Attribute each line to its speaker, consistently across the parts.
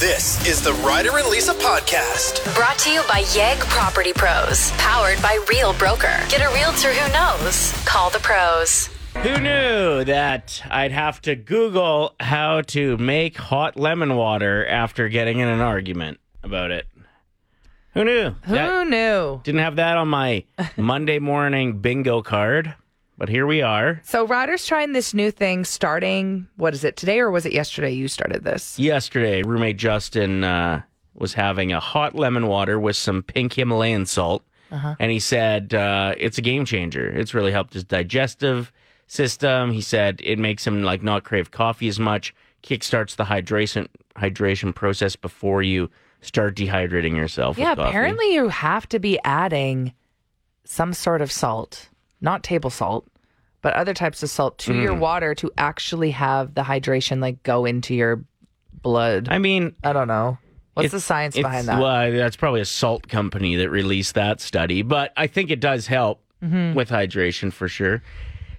Speaker 1: This is the Ryder and Lisa podcast.
Speaker 2: Brought to you by Yegg Property Pros, powered by Real Broker. Get a realtor who knows. Call the pros.
Speaker 3: Who knew that I'd have to Google how to make hot lemon water after getting in an argument about it? Who knew?
Speaker 4: Who
Speaker 3: That-
Speaker 4: knew?
Speaker 3: didn't have that on my Monday morning bingo card, but here we are.
Speaker 4: So Ryder's trying this new thing starting, what is it, today or was it yesterday you started this?
Speaker 3: Yesterday, roommate Justin uh, was having a hot lemon water with some pink Himalayan salt.
Speaker 4: Uh-huh.
Speaker 3: And he said, uh, it's a game changer. It's really helped his digestive system. He said it makes him like not crave coffee as much, kickstarts the hydration hydration process before you start dehydrating yourself.
Speaker 4: Yeah,
Speaker 3: with coffee.
Speaker 4: apparently you have to be adding some sort of salt, not table salt, but other types of salt to
Speaker 3: Mm.
Speaker 4: your water to actually have the hydration like go into your blood. I,
Speaker 3: I mean,
Speaker 4: don't know. What's the
Speaker 3: It's-
Speaker 4: science
Speaker 3: it's-
Speaker 4: behind that?
Speaker 3: Well, that's probably a salt company that released that study, but I think it does help
Speaker 4: Mm-hmm.
Speaker 3: with hydration for sure.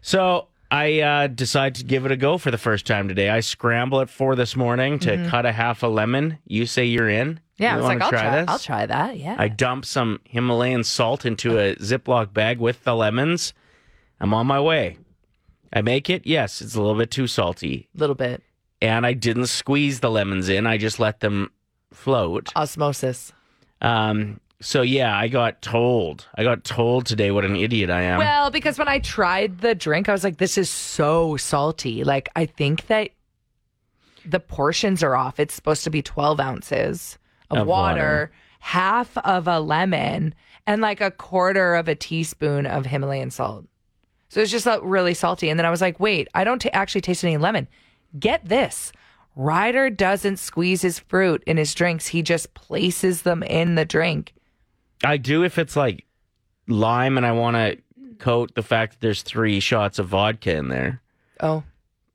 Speaker 3: So I uh, decided to give it a go for the first time today. I scramble at four this morning to cut a half a lemon. You say you're in.
Speaker 4: Mm-hmm. yeah, I
Speaker 3: You
Speaker 4: was like,
Speaker 3: wanna
Speaker 4: I'll try,
Speaker 3: this?
Speaker 4: I'll try that. Yeah.
Speaker 3: I dump some Himalayan salt into a Ziploc bag with the lemons. I'm on my way. I make it. Yes, it's a little bit too salty.
Speaker 4: little bit.
Speaker 3: And I didn't squeeze the lemons in. I just let them float.
Speaker 4: Osmosis.
Speaker 3: Um, so yeah, I got told. I got told today what an idiot I am.
Speaker 4: Well, because when I tried the drink, I was like, this is so salty. Like, I think that the portions are off. It's supposed to be 12 ounces of,
Speaker 3: Of water.
Speaker 4: water, half of a lemon, and like a quarter of a teaspoon of Himalayan salt. So it's just like really salty. And then I was like, wait, I don't t- actually taste any lemon. Get this. Ryder doesn't squeeze his fruit in his drinks. He just places them in the drink.
Speaker 3: I do if it's like lime and I want to coat the fact that there's three shots of vodka in there.
Speaker 4: Oh,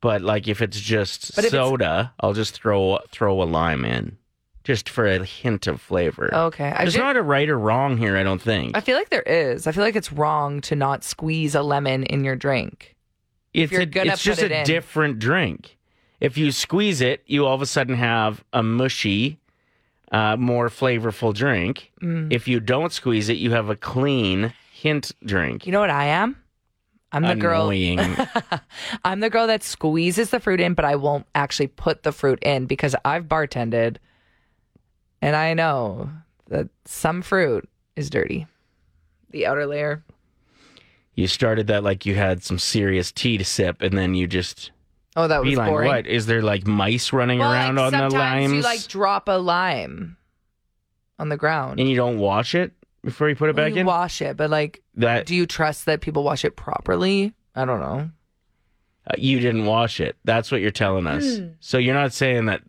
Speaker 3: But like if it's just
Speaker 4: But if it's-
Speaker 3: soda, I'll just throw throw a lime in, just for a hint of flavor.
Speaker 4: okay. I
Speaker 3: There's
Speaker 4: ju-
Speaker 3: not a right or wrong here. I don't think.
Speaker 4: I feel like there is. I feel like it's wrong to not squeeze a lemon in your drink.
Speaker 3: it's
Speaker 4: you're
Speaker 3: a,
Speaker 4: gonna
Speaker 3: it's
Speaker 4: put
Speaker 3: just
Speaker 4: it
Speaker 3: a
Speaker 4: in.
Speaker 3: different drink. If you squeeze it, you all of a sudden have a mushy, uh, more flavorful drink.
Speaker 4: Mm.
Speaker 3: If you don't squeeze it, you have a clean hint drink.
Speaker 4: You know what I am? I'm the
Speaker 3: Annoying.
Speaker 4: girl. I'm the girl that squeezes the fruit in, but I won't actually put the fruit in because I've bartended, and I know that some fruit is dirty. The outer layer.
Speaker 3: you started that like you had some serious tea to sip, and then you just
Speaker 4: Oh, that was
Speaker 3: beeline.
Speaker 4: boring.
Speaker 3: What is there like mice running
Speaker 4: Well,
Speaker 3: around
Speaker 4: like,
Speaker 3: on
Speaker 4: sometimes
Speaker 3: the limes,
Speaker 4: you like drop a lime on the ground.
Speaker 3: and you don't wash it before you put it
Speaker 4: Well,
Speaker 3: back
Speaker 4: you
Speaker 3: in? Uh,
Speaker 4: wash it, but like,
Speaker 3: that
Speaker 4: do you trust that people wash it properly? I don't know.
Speaker 3: uh, you didn't wash it. That's what you're telling us.
Speaker 4: Hmm.
Speaker 3: So you're not saying that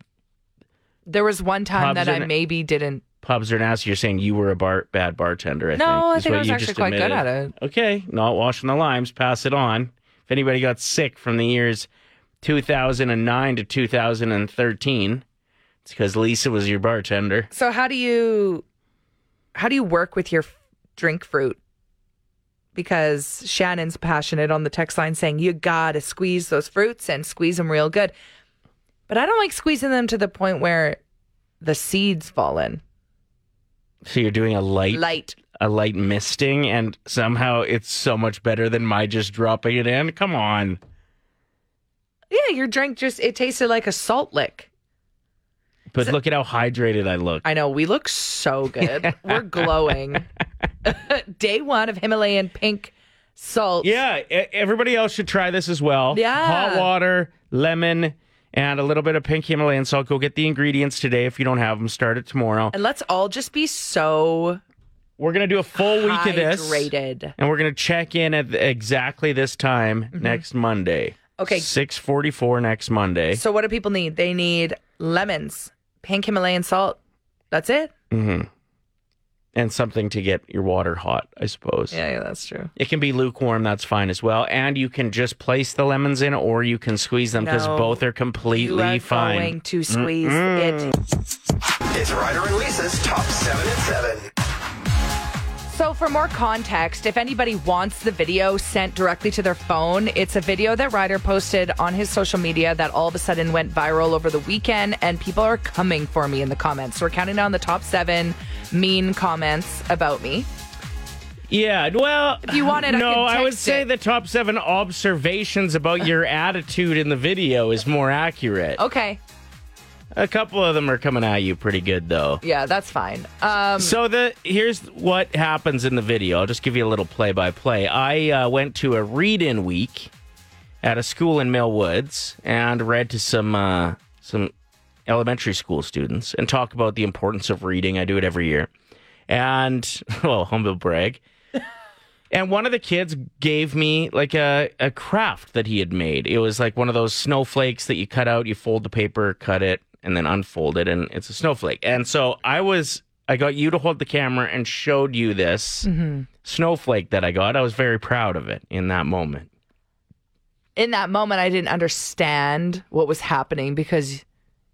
Speaker 4: There was one time
Speaker 3: Pubs
Speaker 4: that I
Speaker 3: and-
Speaker 4: maybe didn't.
Speaker 3: pubs are nasty. You're saying you were a bar- bad bartender. I think.
Speaker 4: No, I
Speaker 3: is
Speaker 4: think I
Speaker 3: what
Speaker 4: was
Speaker 3: you
Speaker 4: actually
Speaker 3: just
Speaker 4: quite good
Speaker 3: admitted.
Speaker 4: at it.
Speaker 3: Okay, not washing the limes. Pass it on. If anybody got sick from the years 2009 to 2013, it's because Lisa was your bartender.
Speaker 4: So how do you, how do you work with your f- drink fruit? Because Shannon's passionate on the text line saying you gotta squeeze those fruits and squeeze them real good. But I don't like squeezing them to the point where the seeds fall in.
Speaker 3: So you're doing a light,
Speaker 4: Light.
Speaker 3: a light misting, and somehow it's so much better than my just dropping it in. Come on.
Speaker 4: Yeah, your drink just it tasted like a salt lick.
Speaker 3: But look at how hydrated I look.
Speaker 4: I know we look so good. We're glowing. Day one of Himalayan pink salt.
Speaker 3: Yeah, e- everybody else should try this as well.
Speaker 4: Yeah.
Speaker 3: Hot water, lemon, and a little bit of pink Himalayan salt. Go get the ingredients today if you don't have them. Start it tomorrow.
Speaker 4: And let's all just be so
Speaker 3: We're going to do a full week of this.
Speaker 4: hydrated.
Speaker 3: And we're going to check in at the- exactly this time next Monday.
Speaker 4: Mm-hmm. Okay.
Speaker 3: 644 next Monday.
Speaker 4: So what do people need? They need lemons, pink Himalayan salt. That's it?
Speaker 3: And something to get your water hot, I suppose.
Speaker 4: Yeah, yeah, that's true.
Speaker 3: It can be lukewarm. That's fine as well. And you can just place the lemons in or you can squeeze them because
Speaker 4: No.
Speaker 3: both are completely
Speaker 4: You are
Speaker 3: fine.
Speaker 4: going to squeeze it.
Speaker 1: It's Ryder and Lisa's top seven and seven.
Speaker 4: So, for more context, if anybody wants the video sent directly to their phone, it's a video that Ryder posted on his social media that all of a sudden went viral over the weekend, and people are coming for me in the comments. So, we're counting down the top seven mean comments about me.
Speaker 3: Yeah, well, if
Speaker 4: you want it, I
Speaker 3: no,
Speaker 4: can
Speaker 3: would
Speaker 4: text
Speaker 3: say
Speaker 4: it.
Speaker 3: the top seven observations about your attitude in the video is more accurate.
Speaker 4: Okay.
Speaker 3: A couple of them are coming at you pretty good though.
Speaker 4: Yeah, that's fine. Um,
Speaker 3: So the here's what happens in the video. I'll just give you a little play by play. I uh, went to a read in week at a school in Mill Woods and read to some uh, some elementary school students and talk about the importance of reading. I do it every year, and well, humble brag. And one of the kids gave me like a, a craft that he had made. It was like one of those snowflakes that you cut out, you fold the paper, cut it, and then unfold it, and it's a snowflake. And so I was, I got you to hold the camera and showed you this snowflake that I got. I was very proud of it in that moment.
Speaker 4: in that moment, I didn't understand what was happening because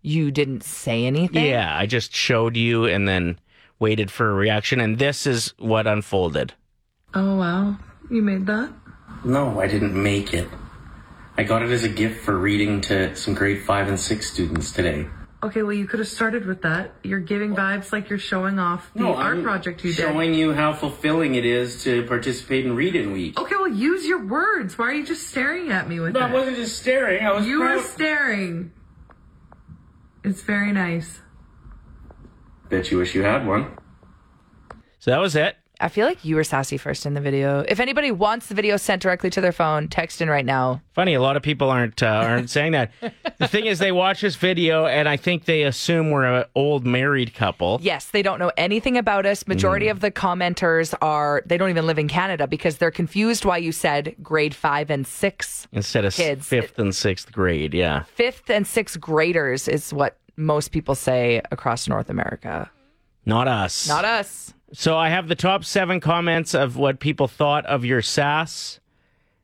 Speaker 4: you didn't say anything.
Speaker 3: Yeah, I just showed you and then waited for a reaction. And this is what unfolded.
Speaker 5: Oh wow, you made that?
Speaker 6: No, I didn't make it. I got it as a gift for reading to some grade 5 and 6 students today.
Speaker 5: Okay, well you could have started with that. You're giving vibes like you're showing off the art project you
Speaker 6: showing you how fulfilling it is to participate in Read In Week.
Speaker 5: did. Okay, well use your words. Why are you just staring at me with
Speaker 6: No, I
Speaker 5: that?
Speaker 6: wasn't just staring. I was
Speaker 5: you
Speaker 6: proud.
Speaker 5: were staring. It's very nice.
Speaker 6: Bet you wish you had one.
Speaker 3: So that was it.
Speaker 4: I feel like you were sassy first in the video. If anybody wants the video sent directly to their phone, text in right now.
Speaker 3: Funny, a lot of people aren't uh, aren't saying that. The thing is, they watch this video and I think they assume we're an old married couple.
Speaker 4: Yes, they don't know anything about us. Majority of the commenters are they don't even live in Canada because they're confused why you said grade 5 and 6.
Speaker 3: instead of s-
Speaker 4: Kids.
Speaker 3: fifth and sixth grade. Yeah,
Speaker 4: 5th and 6th graders is what most people say across North America.
Speaker 3: not us.
Speaker 4: Not us.
Speaker 3: so I have the top seven comments of what people thought of your sass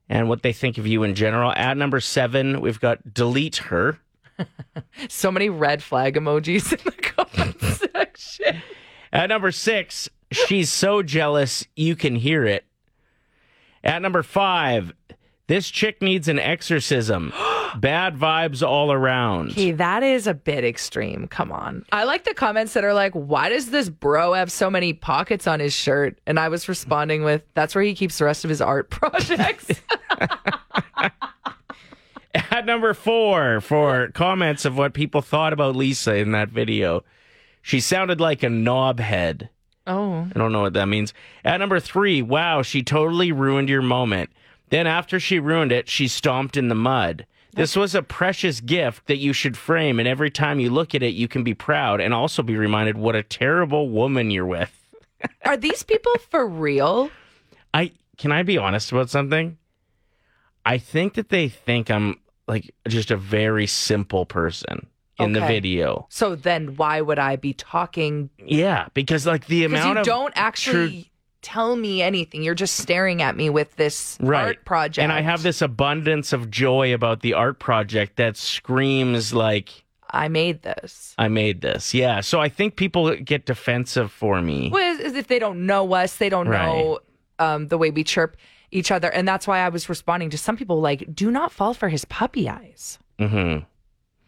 Speaker 3: and what they think of you in general. At number seven, we've got delete her.
Speaker 4: So many red flag emojis in the comment section.
Speaker 3: At number six, she's so jealous you can hear it. At number five, this chick needs an exorcism. Bad vibes all around.
Speaker 4: Okay, that is a bit extreme. Come on. I like the comments that are like, why does this bro have so many pockets on his shirt? And I was responding with, that's where he keeps the rest of his art projects.
Speaker 3: At number four, for comments of what people thought about Lisa in that video, she sounded like a knobhead.
Speaker 4: oh.
Speaker 3: I don't know what that means. At number three, wow, she totally ruined your moment. Then after she ruined it, she stomped in the mud. This was a precious gift that you should frame, and every time you look at it, you can be proud and also be reminded what a terrible woman you're with.
Speaker 4: Are these people for real?
Speaker 3: I can I be honest about something? I think that they think I'm like just a very simple person in the
Speaker 4: Okay.
Speaker 3: video.
Speaker 4: So then why would I be talking?
Speaker 3: Yeah, because like the
Speaker 4: Because
Speaker 3: amount
Speaker 4: you
Speaker 3: of
Speaker 4: don't actually
Speaker 3: true-
Speaker 4: tell me anything. You're just staring at me with this
Speaker 3: right.
Speaker 4: art project.
Speaker 3: and I have this abundance of joy about the art project that screams like
Speaker 4: I made this.
Speaker 3: I made this. Yeah, so I think people get defensive for me.
Speaker 4: Well, it's- it's if they don't know us, they don't
Speaker 3: Right.
Speaker 4: know um, the way we chirp each other, and that's why I was responding to some people like, "Do not fall for his puppy eyes."
Speaker 3: hmm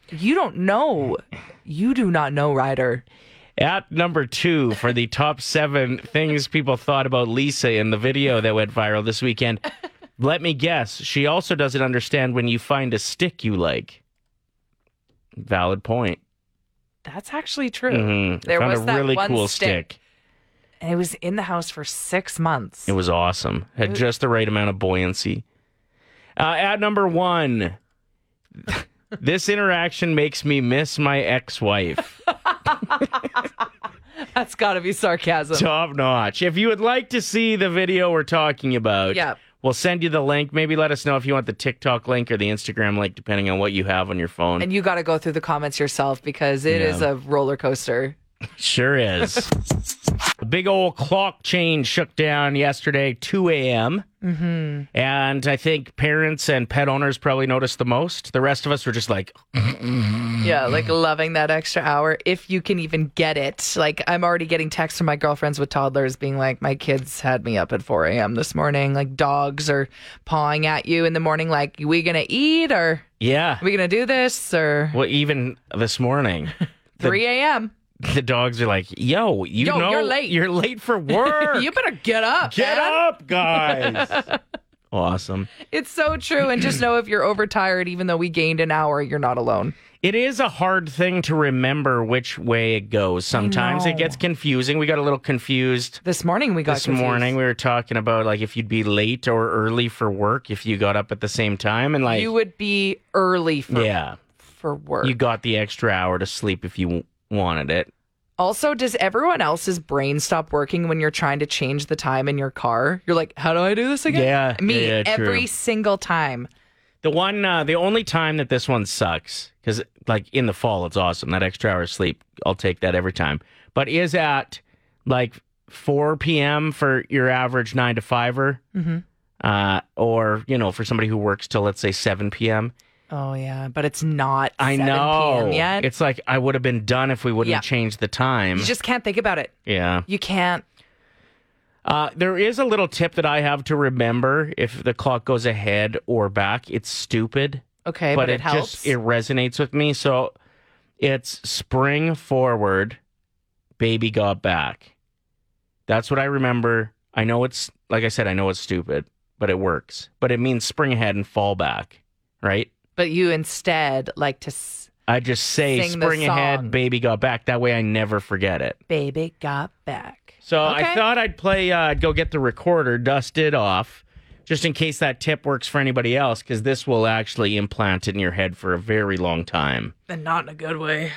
Speaker 4: You don't know. You do not know, Ryder.
Speaker 3: At number two for the top seven things people thought about Lisa in the video that went viral this weekend. Let me guess, she also doesn't understand when you find a stick you like. Valid point.
Speaker 4: That's actually true.
Speaker 3: Mhm.
Speaker 4: There
Speaker 3: Found
Speaker 4: was
Speaker 3: a
Speaker 4: that
Speaker 3: really
Speaker 4: one
Speaker 3: cool
Speaker 4: stick. And it was in the house for six months.
Speaker 3: It was awesome. Had just the right amount of buoyancy. Uh, at number one, this interaction makes me miss my ex-wife.
Speaker 4: That's got to be sarcasm.
Speaker 3: Top notch. If you would like to see the video we're talking about,
Speaker 4: Yep.
Speaker 3: we'll send you the link. Maybe let us know if you want the TikTok link or the Instagram link, depending on what you have on your phone.
Speaker 4: and you got to go through the comments yourself because it is a roller coaster.
Speaker 3: Sure is. a big old clock change shook down yesterday, 2 a.m. Mm-hmm. And I think parents and pet owners probably noticed the most. The rest of us were just like, Mm-hmm.
Speaker 4: Yeah, like loving that extra hour if you can even get it. Like I'm already getting texts from my girlfriends with toddlers being like, My kids had me up at four AM this morning. Like dogs are pawing at you in the morning, like, we gonna eat or
Speaker 3: yeah.
Speaker 4: we gonna do this or
Speaker 3: Well, even this morning,
Speaker 4: three AM.
Speaker 3: the dogs are like, yo, you
Speaker 4: Yo,
Speaker 3: know,
Speaker 4: you're late.
Speaker 3: You're late for work.
Speaker 4: You better get up.
Speaker 3: Get
Speaker 4: man.
Speaker 3: up, guys. awesome.
Speaker 4: It's so true. And just know if you're overtired, even though we gained an hour, you're not alone.
Speaker 3: It is a hard thing to remember which way it goes. Sometimes it
Speaker 4: know.
Speaker 3: gets confusing. We got a little confused
Speaker 4: This morning we got
Speaker 3: this
Speaker 4: confused.
Speaker 3: morning. We were talking about like if you'd be late or early for work if you got up at the same time and like
Speaker 4: You would be early for
Speaker 3: yeah,
Speaker 4: for work.
Speaker 3: you got the extra hour to sleep if you w- wanted it.
Speaker 4: Also, does everyone else's brain stop working when you're trying to change the time in your car? You're like, how do I do this again?
Speaker 3: Yeah,
Speaker 4: Me
Speaker 3: yeah, true.
Speaker 4: every single time.
Speaker 3: The one, uh, the only time that this one sucks because like in the fall it's awesome that extra hour of sleep. I'll take that every time. But is at like 4 p.m. for your average nine to fiver,
Speaker 4: Mm-hmm.
Speaker 3: uh, or you know for somebody who works till let's say 7 p.m.
Speaker 4: Oh yeah, but it's not.
Speaker 3: I
Speaker 4: 7
Speaker 3: know
Speaker 4: PM yet.
Speaker 3: it's like I would have been done if we wouldn't
Speaker 4: Yeah.
Speaker 3: have changed the time.
Speaker 4: you just can't think about it.
Speaker 3: yeah.
Speaker 4: You can't.
Speaker 3: Uh, there is a little tip that I have to remember if the clock goes ahead or back. It's stupid,
Speaker 4: Okay, but, it, helps.
Speaker 3: just it resonates with me. So it's spring forward, baby got back. That's what I remember. I know it's like I said, I know it's stupid, but it works. But it means spring ahead and fall back, right?
Speaker 4: but you instead like to, s-
Speaker 3: I just say
Speaker 4: Sing the
Speaker 3: spring
Speaker 4: song.
Speaker 3: ahead, baby got back. That way, I never forget it.
Speaker 4: baby got back.
Speaker 3: So
Speaker 4: Okay.
Speaker 3: I thought I'd play, uh, I'd go get the recorder, dust it off, just in case that tip works for anybody else, because this will actually implant in your head for a very long time.
Speaker 4: and not in a good way.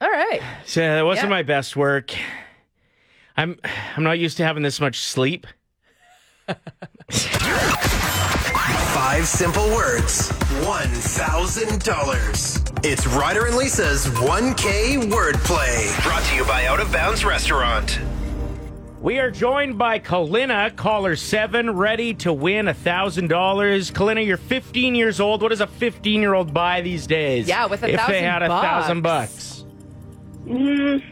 Speaker 4: All right.
Speaker 3: So that wasn't
Speaker 4: Yeah.
Speaker 3: my best work. I'm, I'm not used to having this much sleep.
Speaker 1: Five simple words, $1,000. It's Ryder and Lisa's 1K wordplay. Brought to you by Out of Bounds Restaurant.
Speaker 3: We are joined by Kalina, caller seven, ready to win $1,000. Kalina, you're 15 years old. What does a 15 year old buy these days?
Speaker 4: Yeah, with a
Speaker 3: If they
Speaker 4: thousand
Speaker 3: had a thousand
Speaker 4: bucks.
Speaker 3: bucks.
Speaker 7: Mm,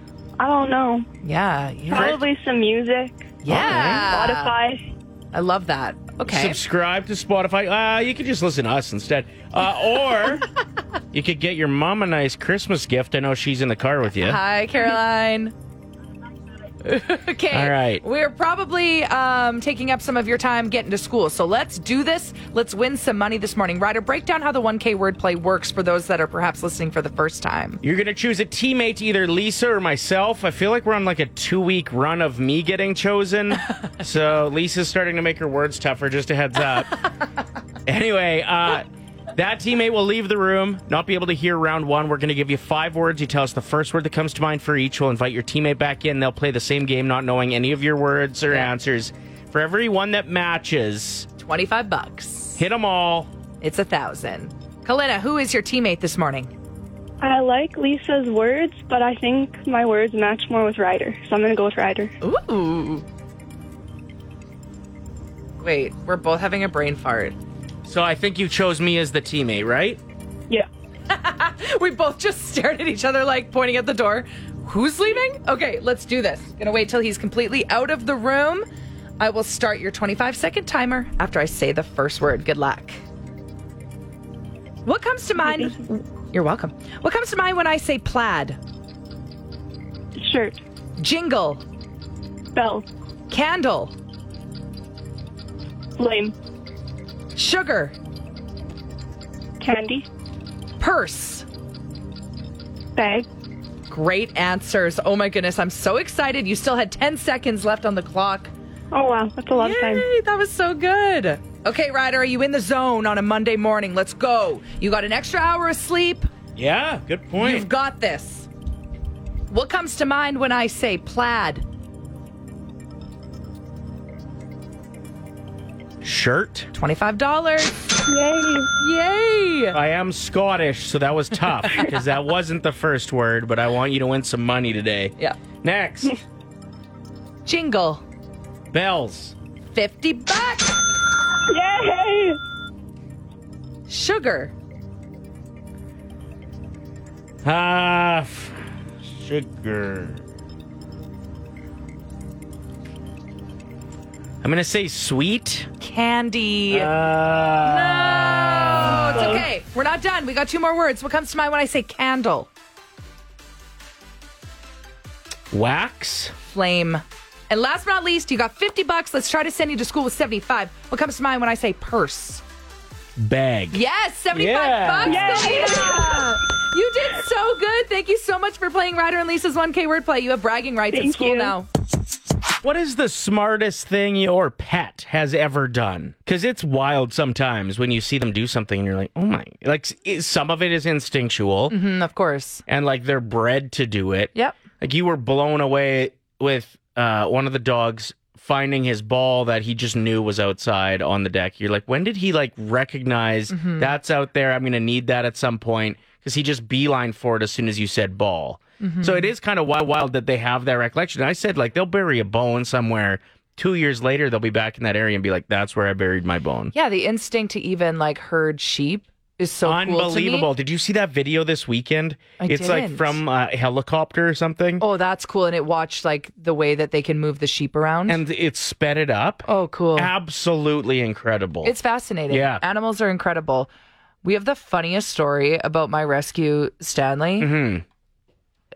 Speaker 7: I don't know.
Speaker 4: Yeah. you-
Speaker 7: Probably some music.
Speaker 4: Yeah.
Speaker 7: Spotify.
Speaker 4: I love that. Okay.
Speaker 3: Subscribe to Spotify. Uh, you could just listen to us instead. Uh, or you could get your mom a nice Christmas gift. I know she's in the car with you.
Speaker 4: Hi, Caroline. okay.
Speaker 3: All right.
Speaker 4: We're probably um, taking up some of your time getting to school. So let's do this. Let's win some money this morning. Ryder, break down how the 1K wordplay works for those that are perhaps listening for the first time.
Speaker 3: You're going to choose a teammate, either Lisa or myself. I feel like we're on like a two week run of me getting chosen. so Lisa's starting to make her words tougher, just a heads up. anyway, uh, that teammate will leave the room, not be able to hear round one. We're going to give you five words. You tell us the first word that comes to mind for each. We'll invite your teammate back in. They'll play the same game, not knowing any of your words or answers. For every one that matches,
Speaker 4: 25 bucks.
Speaker 3: hit them all.
Speaker 4: It's a thousand. Kalina, who is your teammate this morning?
Speaker 7: I like Lisa's words, but I think my words match more with Ryder, so I'm gonna go with Ryder.
Speaker 4: Ooh. Wait, we're both having a brain fart.
Speaker 3: So I think you chose me as the teammate, right?
Speaker 7: Yeah.
Speaker 4: We both just stared at each other, like pointing at the door. Who's leaving? Okay, let's do this. Gonna wait till he's completely out of the room. I will start your 25 second timer after I say the first word. Good luck. What comes to mind? You're welcome. What comes to mind when I say plaid?
Speaker 7: Shirt.
Speaker 4: Jingle,
Speaker 7: Bell.
Speaker 4: candle,
Speaker 7: Lame.
Speaker 4: Sugar.
Speaker 7: Candy.
Speaker 4: Purse.
Speaker 7: Bag.
Speaker 4: Great answers. Oh my goodness, I'm so excited. You still had 10 seconds left on the clock.
Speaker 7: Oh, wow. That's a lot of time.
Speaker 4: Yay, that was so good. Okay, Ryder, are you in the zone on a Monday morning? Let's go. You got an extra hour of sleep.
Speaker 8: Yeah, good
Speaker 4: You've
Speaker 8: point.
Speaker 4: got this. What comes to mind when I say plaid?
Speaker 8: Shirt.
Speaker 4: $25.
Speaker 7: Yay.
Speaker 4: Yay!
Speaker 3: I am Scottish, so that was tough because that wasn't the first word, but I want you to win some money today.
Speaker 4: Yeah.
Speaker 3: Next,
Speaker 4: Jingle.
Speaker 3: bells.
Speaker 4: 50 bucks.
Speaker 7: Yay.
Speaker 4: Sugar.
Speaker 3: Ah, f- sugar. I'm gonna say sweet. Uh,
Speaker 4: Candy.
Speaker 3: Ah.
Speaker 4: oh, it's okay. We're not done. We got two more words. What comes to mind when I say candle?
Speaker 3: Wax.
Speaker 4: Flame. And last but not least, you got 50 bucks. Let's try to send you to school with 75. What comes to mind when I say purse?
Speaker 3: Bag.
Speaker 4: Yes, 75
Speaker 3: Yeah.
Speaker 4: bucks.
Speaker 7: Yay.
Speaker 4: Olivia. You did so good. Thank you so much for playing Ryder and Lisa's 1K wordplay. You have bragging rights at
Speaker 7: Thank
Speaker 4: school
Speaker 7: you.
Speaker 4: now.
Speaker 3: What is the smartest thing your pet has ever done? Because it's wild sometimes when you see them do something and you're like, oh my. Like s- some of it is instinctual
Speaker 4: Mm, of course.
Speaker 3: and like they're bred to do it.
Speaker 4: Yep.
Speaker 3: Like you were blown away with uh, one of the dogs finding his ball that he just knew was outside on the deck. You're like, when did he like recognize
Speaker 4: Mm-hmm.
Speaker 3: that's out there? I'm gonna need that at some point because he just beeline for it as soon as you said ball.
Speaker 4: Mm-hmm.
Speaker 3: So it is kind of wild, wild that they have that recollection. I said like they'll bury a bone somewhere. Two years later, they'll be back in that area and be like, "That's where I buried my bone."
Speaker 4: Yeah, the instinct to even like herd sheep is so
Speaker 3: Unbelievable! Did you see that video this weekend?
Speaker 4: I
Speaker 3: it's like
Speaker 4: didn't.
Speaker 3: from a helicopter or something,
Speaker 4: Oh, that's cool. And it watched like the way that they can move the sheep around.
Speaker 3: and it's sped it up.
Speaker 4: oh, cool.
Speaker 3: absolutely incredible.
Speaker 4: It's fascinating.
Speaker 3: Yeah.
Speaker 4: Animals are incredible. We have the funniest story about my rescue, Stanley.
Speaker 3: Mhm.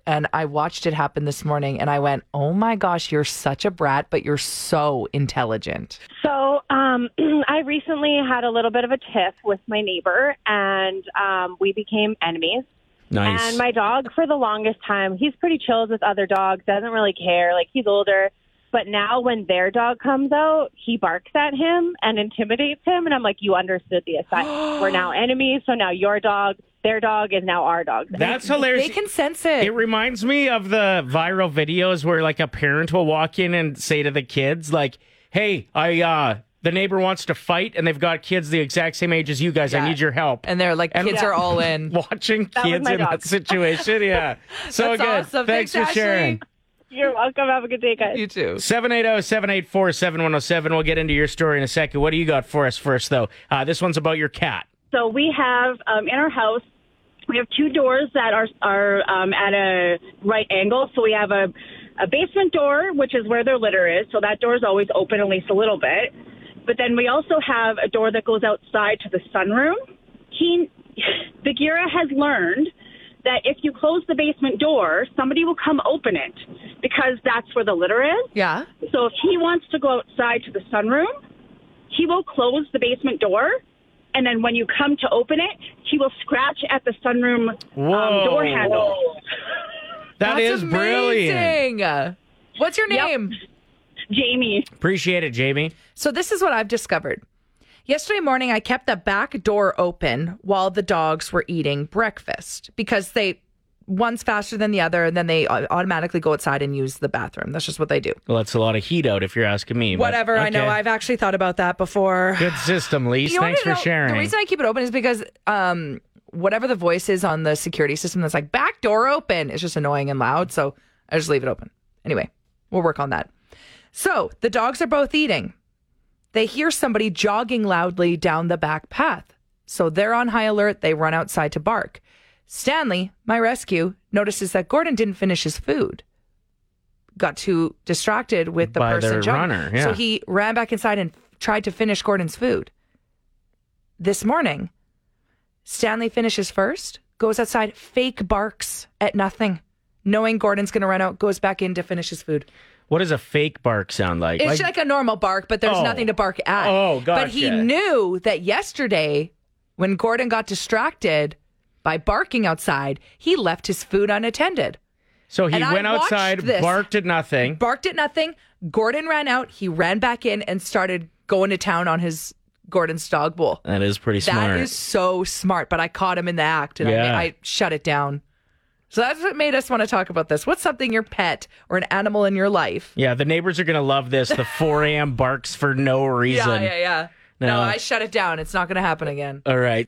Speaker 4: And I watched it happen this morning and I went, oh my gosh, you're such a brat, but you're so intelligent.
Speaker 9: So um, I recently had a little bit of a tiff with my neighbor, and um, we became enemies.
Speaker 3: nice.
Speaker 9: And my dog, for the longest time, he's pretty chilled with other dogs, doesn't really care. Like he's older, but now when their dog comes out, he barks at him and intimidates him. And I'm like, you understood the assignment. We're now enemies, so now your dog, their dog, is now our dog.
Speaker 3: That's hilarious.
Speaker 4: They can sense it.
Speaker 3: it reminds me of the viral videos where like a parent will walk in and say to the kids like, "Hey, I uh the neighbor wants to fight and they've got kids the exact same age as you guys.
Speaker 4: Yeah.
Speaker 3: I need your help."
Speaker 4: and they're like,
Speaker 3: And-
Speaker 4: kids are all in.
Speaker 3: Watching
Speaker 9: That was
Speaker 3: kids
Speaker 9: my
Speaker 3: in
Speaker 9: dog.
Speaker 3: that situation. Yeah. So
Speaker 4: That's
Speaker 3: good.
Speaker 4: awesome.
Speaker 3: Thanks,
Speaker 4: Thanks,
Speaker 3: for sharing. oh,
Speaker 4: Ashley.
Speaker 9: You're welcome. Have a good day, guys.
Speaker 4: You too.
Speaker 3: 780 784 7107. We'll get into your story in a second. What do you got for us first, though? Uh, this one's about your cat.
Speaker 9: So we have um, in our house, we have two doors that are are um, at a right angle. So we have a a basement door, which is where their litter is. So that door is always open at least a little bit. But then we also have a door that goes outside to the sunroom. He, Bagheera has learned that if you close the basement door, somebody will come open it because that's where the litter is.
Speaker 4: Yeah.
Speaker 9: So if he wants to go outside to the sunroom, he will close the basement door. And then when you come to open it, he will scratch at the sunroom
Speaker 3: Whoa.
Speaker 9: um, door handle.
Speaker 3: That
Speaker 4: That's
Speaker 3: is brilliant.
Speaker 4: amazing. What's your
Speaker 9: Yep.
Speaker 4: name?
Speaker 9: Jamie.
Speaker 3: Appreciate it, Jamie.
Speaker 4: So this is what I've discovered. Yesterday morning, I kept the back door open while the dogs were eating breakfast because they one's faster than the other, and then they au- automatically go outside and use the bathroom. That's just what they do.
Speaker 3: Well, that's a lot of heat out if you're asking me. but
Speaker 4: Whatever. I know.
Speaker 3: okay.
Speaker 4: I've actually thought about that before.
Speaker 3: Good system, Lise.
Speaker 4: You wanna
Speaker 3: Thanks for
Speaker 4: know-
Speaker 3: sharing.
Speaker 4: The reason I keep it open is because um, whatever the voice is on the security system that's like back door open is just annoying and loud. So I just leave it open. Anyway, we'll work on that. So the dogs are both eating. They hear somebody jogging loudly down the back path. So they're on high alert. They run outside to bark. Stanley, my rescue, notices that Gordon didn't finish his food. Got too distracted with the
Speaker 3: By
Speaker 4: person
Speaker 3: the
Speaker 4: jogging.
Speaker 3: runner, yeah.
Speaker 4: So he ran back inside and tried to finish Gordon's food. This morning, Stanley finishes first, goes outside, fake barks at nothing, knowing Gordon's going to run out, goes back in to finish his food.
Speaker 3: What does a fake bark sound like?
Speaker 4: It's like, a normal bark, but there's
Speaker 8: Oh.
Speaker 4: nothing to bark at.
Speaker 8: Oh,
Speaker 4: But he
Speaker 8: gotcha.
Speaker 4: knew that yesterday, when Gordon got distracted by barking outside, he left his food unattended.
Speaker 3: so he
Speaker 4: and I
Speaker 3: went
Speaker 4: watched
Speaker 3: outside,
Speaker 4: this.
Speaker 3: barked at nothing.
Speaker 4: Barked at nothing. Gordon ran out. He ran back in and started going to town on his Gordon's dog bowl.
Speaker 3: That is pretty smart.
Speaker 4: That is so smart. But I caught him in the act and
Speaker 3: Yeah.
Speaker 4: I, I shut it down. So that's what made us want to talk about this. What's something your pet or an animal in your life?
Speaker 3: Yeah, the neighbors are gonna love this. The 4 a.m. barks for no reason.
Speaker 4: Yeah, yeah, yeah. no,
Speaker 3: No.
Speaker 4: I shut it down. It's not going to happen again.
Speaker 3: All right.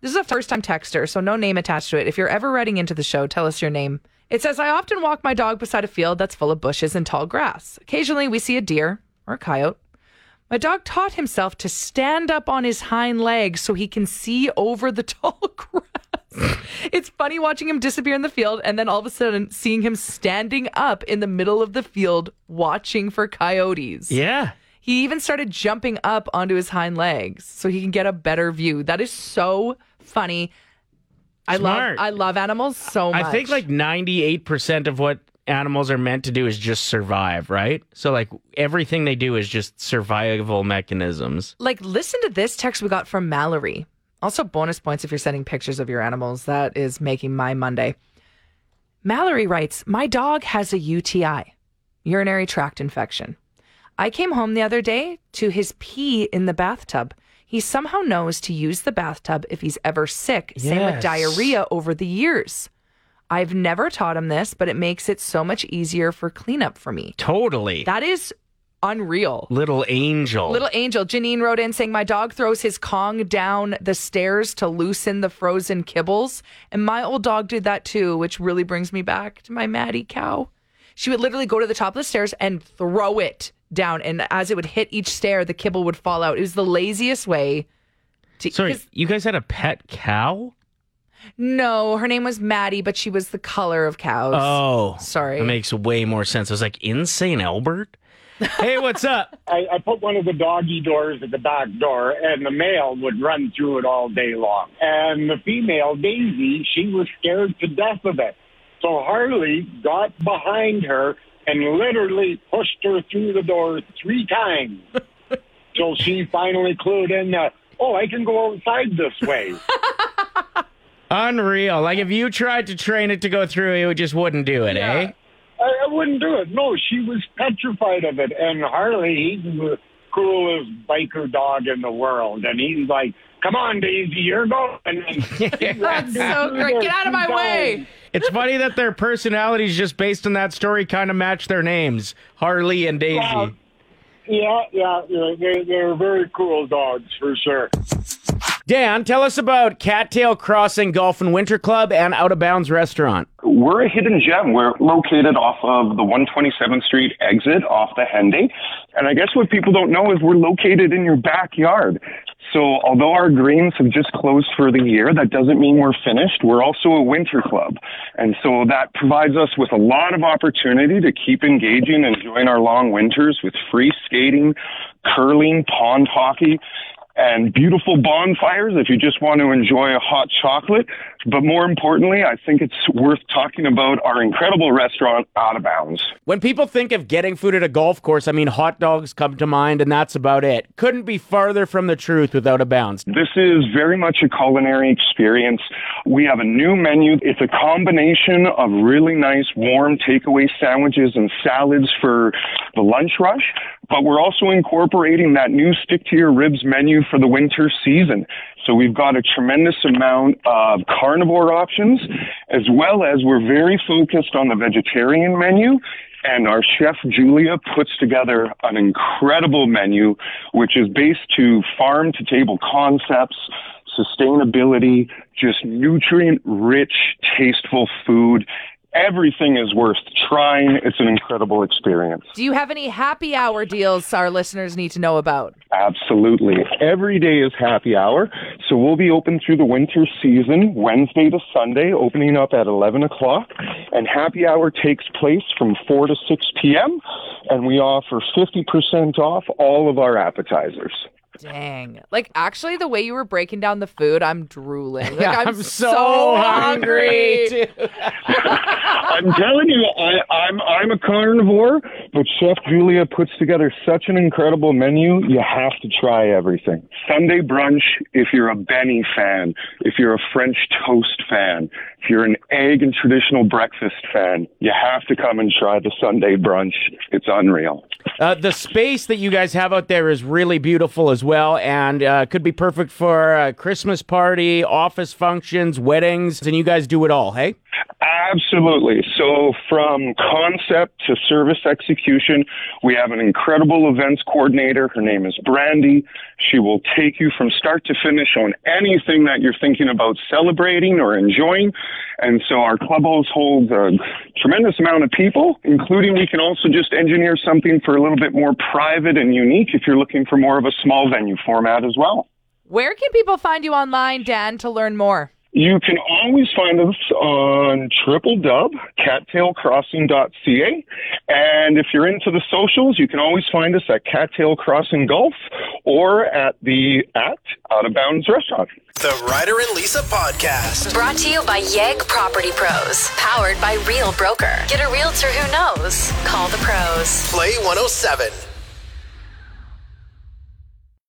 Speaker 4: This is a first time texter, so no name attached to it. If you're ever writing into the show, tell us your name. It says, I often walk my dog beside a field that's full of bushes and tall grass. Occasionally, we see a deer or a coyote. My dog taught himself to stand up on his hind legs so he can see over the tall grass. it's funny watching him disappear in the field and then all of a sudden seeing him standing up in the middle of the field watching for coyotes.
Speaker 3: Yeah.
Speaker 4: He even started jumping up onto his hind legs so he can get a better view. That is so funny. I
Speaker 3: Smart.
Speaker 4: love I love animals so much.
Speaker 3: I think like 98% of what animals are meant to do is just survive, right? So like everything they do is just survival mechanisms.
Speaker 4: like listen to this text we got from Mallory. Also bonus points if you're sending pictures of your animals. That is making my Monday. Mallory writes, "My dog has a UTI, urinary tract infection. I came home the other day to his pee in the bathtub. He somehow knows to use the bathtub if he's ever sick. Same with
Speaker 3: Yes.
Speaker 4: diarrhea over the years. I've never taught him this, but it makes it so much easier for cleanup for me.
Speaker 3: Totally.
Speaker 4: That is unreal.
Speaker 3: Little angel.
Speaker 4: Little Angel, Janine wrote in saying, My dog throws his Kong down the stairs to loosen the frozen kibbles. And my old dog did that too, which really brings me back to my Maddie cow. She would literally go to the top of the stairs and throw it down. And as it would hit each stair, the kibble would fall out. It was the laziest way to.
Speaker 3: Sorry,
Speaker 4: 'cause-
Speaker 3: you guys had a pet cow?
Speaker 4: No, her name was Maddie, but she was the color of cows.
Speaker 3: Oh.
Speaker 4: sorry.
Speaker 3: That makes way more sense. I was like, insane Albert? Hey, what's up?
Speaker 10: I, I put one of the doggy doors at the back door, and the male would run through it all day long. And the female, Daisy, she was scared to death of it. So Harley got behind her and literally pushed her through the door three times. till she finally clued in that, oh, I can go outside this way.
Speaker 3: Unreal. Like if you tried to train it to go through, it just wouldn't do it, eh?
Speaker 10: I, I wouldn't do it. No, she was petrified of it. And Harley, he's the coolest biker dog in the world. And he's like, come on, Daisy, you're going. And
Speaker 4: That's so great. Get out of my way.
Speaker 3: It's funny that their personalities just based on that story kind of match their names, Harley and Daisy.
Speaker 10: Yeah. Yeah, yeah, yeah. They, they're very cool dogs for sure.
Speaker 3: Dan, tell us about Cattail Crossing Golf and Winter Club and Out of Bounds Restaurant.
Speaker 11: We're a hidden gem. We're located off of the 127th Street exit off the Henday. And I guess what people don't know is we're located in your backyard. So although our greens have just closed for the year, that doesn't mean we're finished. We're also a winter club. And so that provides us with a lot of opportunity to keep engaging and enjoying our long winters with free skating, curling, pond hockey, and beautiful bonfires if you just want to enjoy a hot chocolate. But more importantly, I think it's worth talking about our incredible restaurant, Out of Bounds.
Speaker 3: When people think of getting food at a golf course, I mean, hot dogs come to mind, and that's about it. Couldn't be farther from the truth without a bounds.
Speaker 11: This is very much a culinary experience. We have a new menu. It's a combination of really nice warm takeaway sandwiches and salads for the lunch rush, but we're also incorporating that new stick to your ribs menu for the winter season. So we've got a tremendous amount of carnivore options, as well as we're very focused on the vegetarian menu. And our chef Julia puts together an incredible menu, which is based to farm to table concepts, sustainability, just nutrient rich, tasteful food. Everything is worth trying. It's an incredible experience.
Speaker 4: Do you have any happy hour deals our listeners need to know about?
Speaker 11: Absolutely. Every day is happy hour. So we'll be open through the winter season, Wednesday to Sunday, opening up at 11 o'clock. And happy hour takes place from 4 to 6 p.m. And we offer 50% off all of our appetizers.
Speaker 4: Dang. Like actually the way you were breaking down the food, I'm drooling. Like
Speaker 3: Yeah,
Speaker 4: I'm,
Speaker 3: I'm
Speaker 4: so,
Speaker 3: so
Speaker 4: hungry.
Speaker 3: hungry,
Speaker 11: I'm telling you, I, I'm, I'm a carnivore But Chef Julia puts together such an incredible menu, you have to try everything. Sunday brunch, if you're a Benny fan, if you're a French toast fan, if you're an egg and traditional breakfast fan, you have to come and try the Sunday brunch. It's unreal.
Speaker 12: Uh, the space that you guys have out there is really beautiful as well, and uh, could be perfect for a Christmas party, office functions, weddings, and you guys do it all. Hey,
Speaker 11: Absolutely. So, from concept to service execution, we have an incredible events coordinator. Her name is Brandy. She will take you from start to finish on anything that you're thinking about celebrating or enjoying. And so, our clubhouse holds a tremendous amount of people, including we can also just engineer something for a little bit more private and unique if you're looking for more of a small venue format as well.
Speaker 4: Where can people find you online, Dan, to learn more?
Speaker 11: You can always find us on triple dub, cattailcrossing.ca. And if you're into the socials, you can always find us at Cattail Crossing Golf or at the at Out of Bounds Restaurant.
Speaker 1: The Ryder and Lisa podcast.
Speaker 2: Brought to you by Yegg Property Pros, powered by Real Broker. Get a realtor who knows. Call the pros.
Speaker 1: Play 107.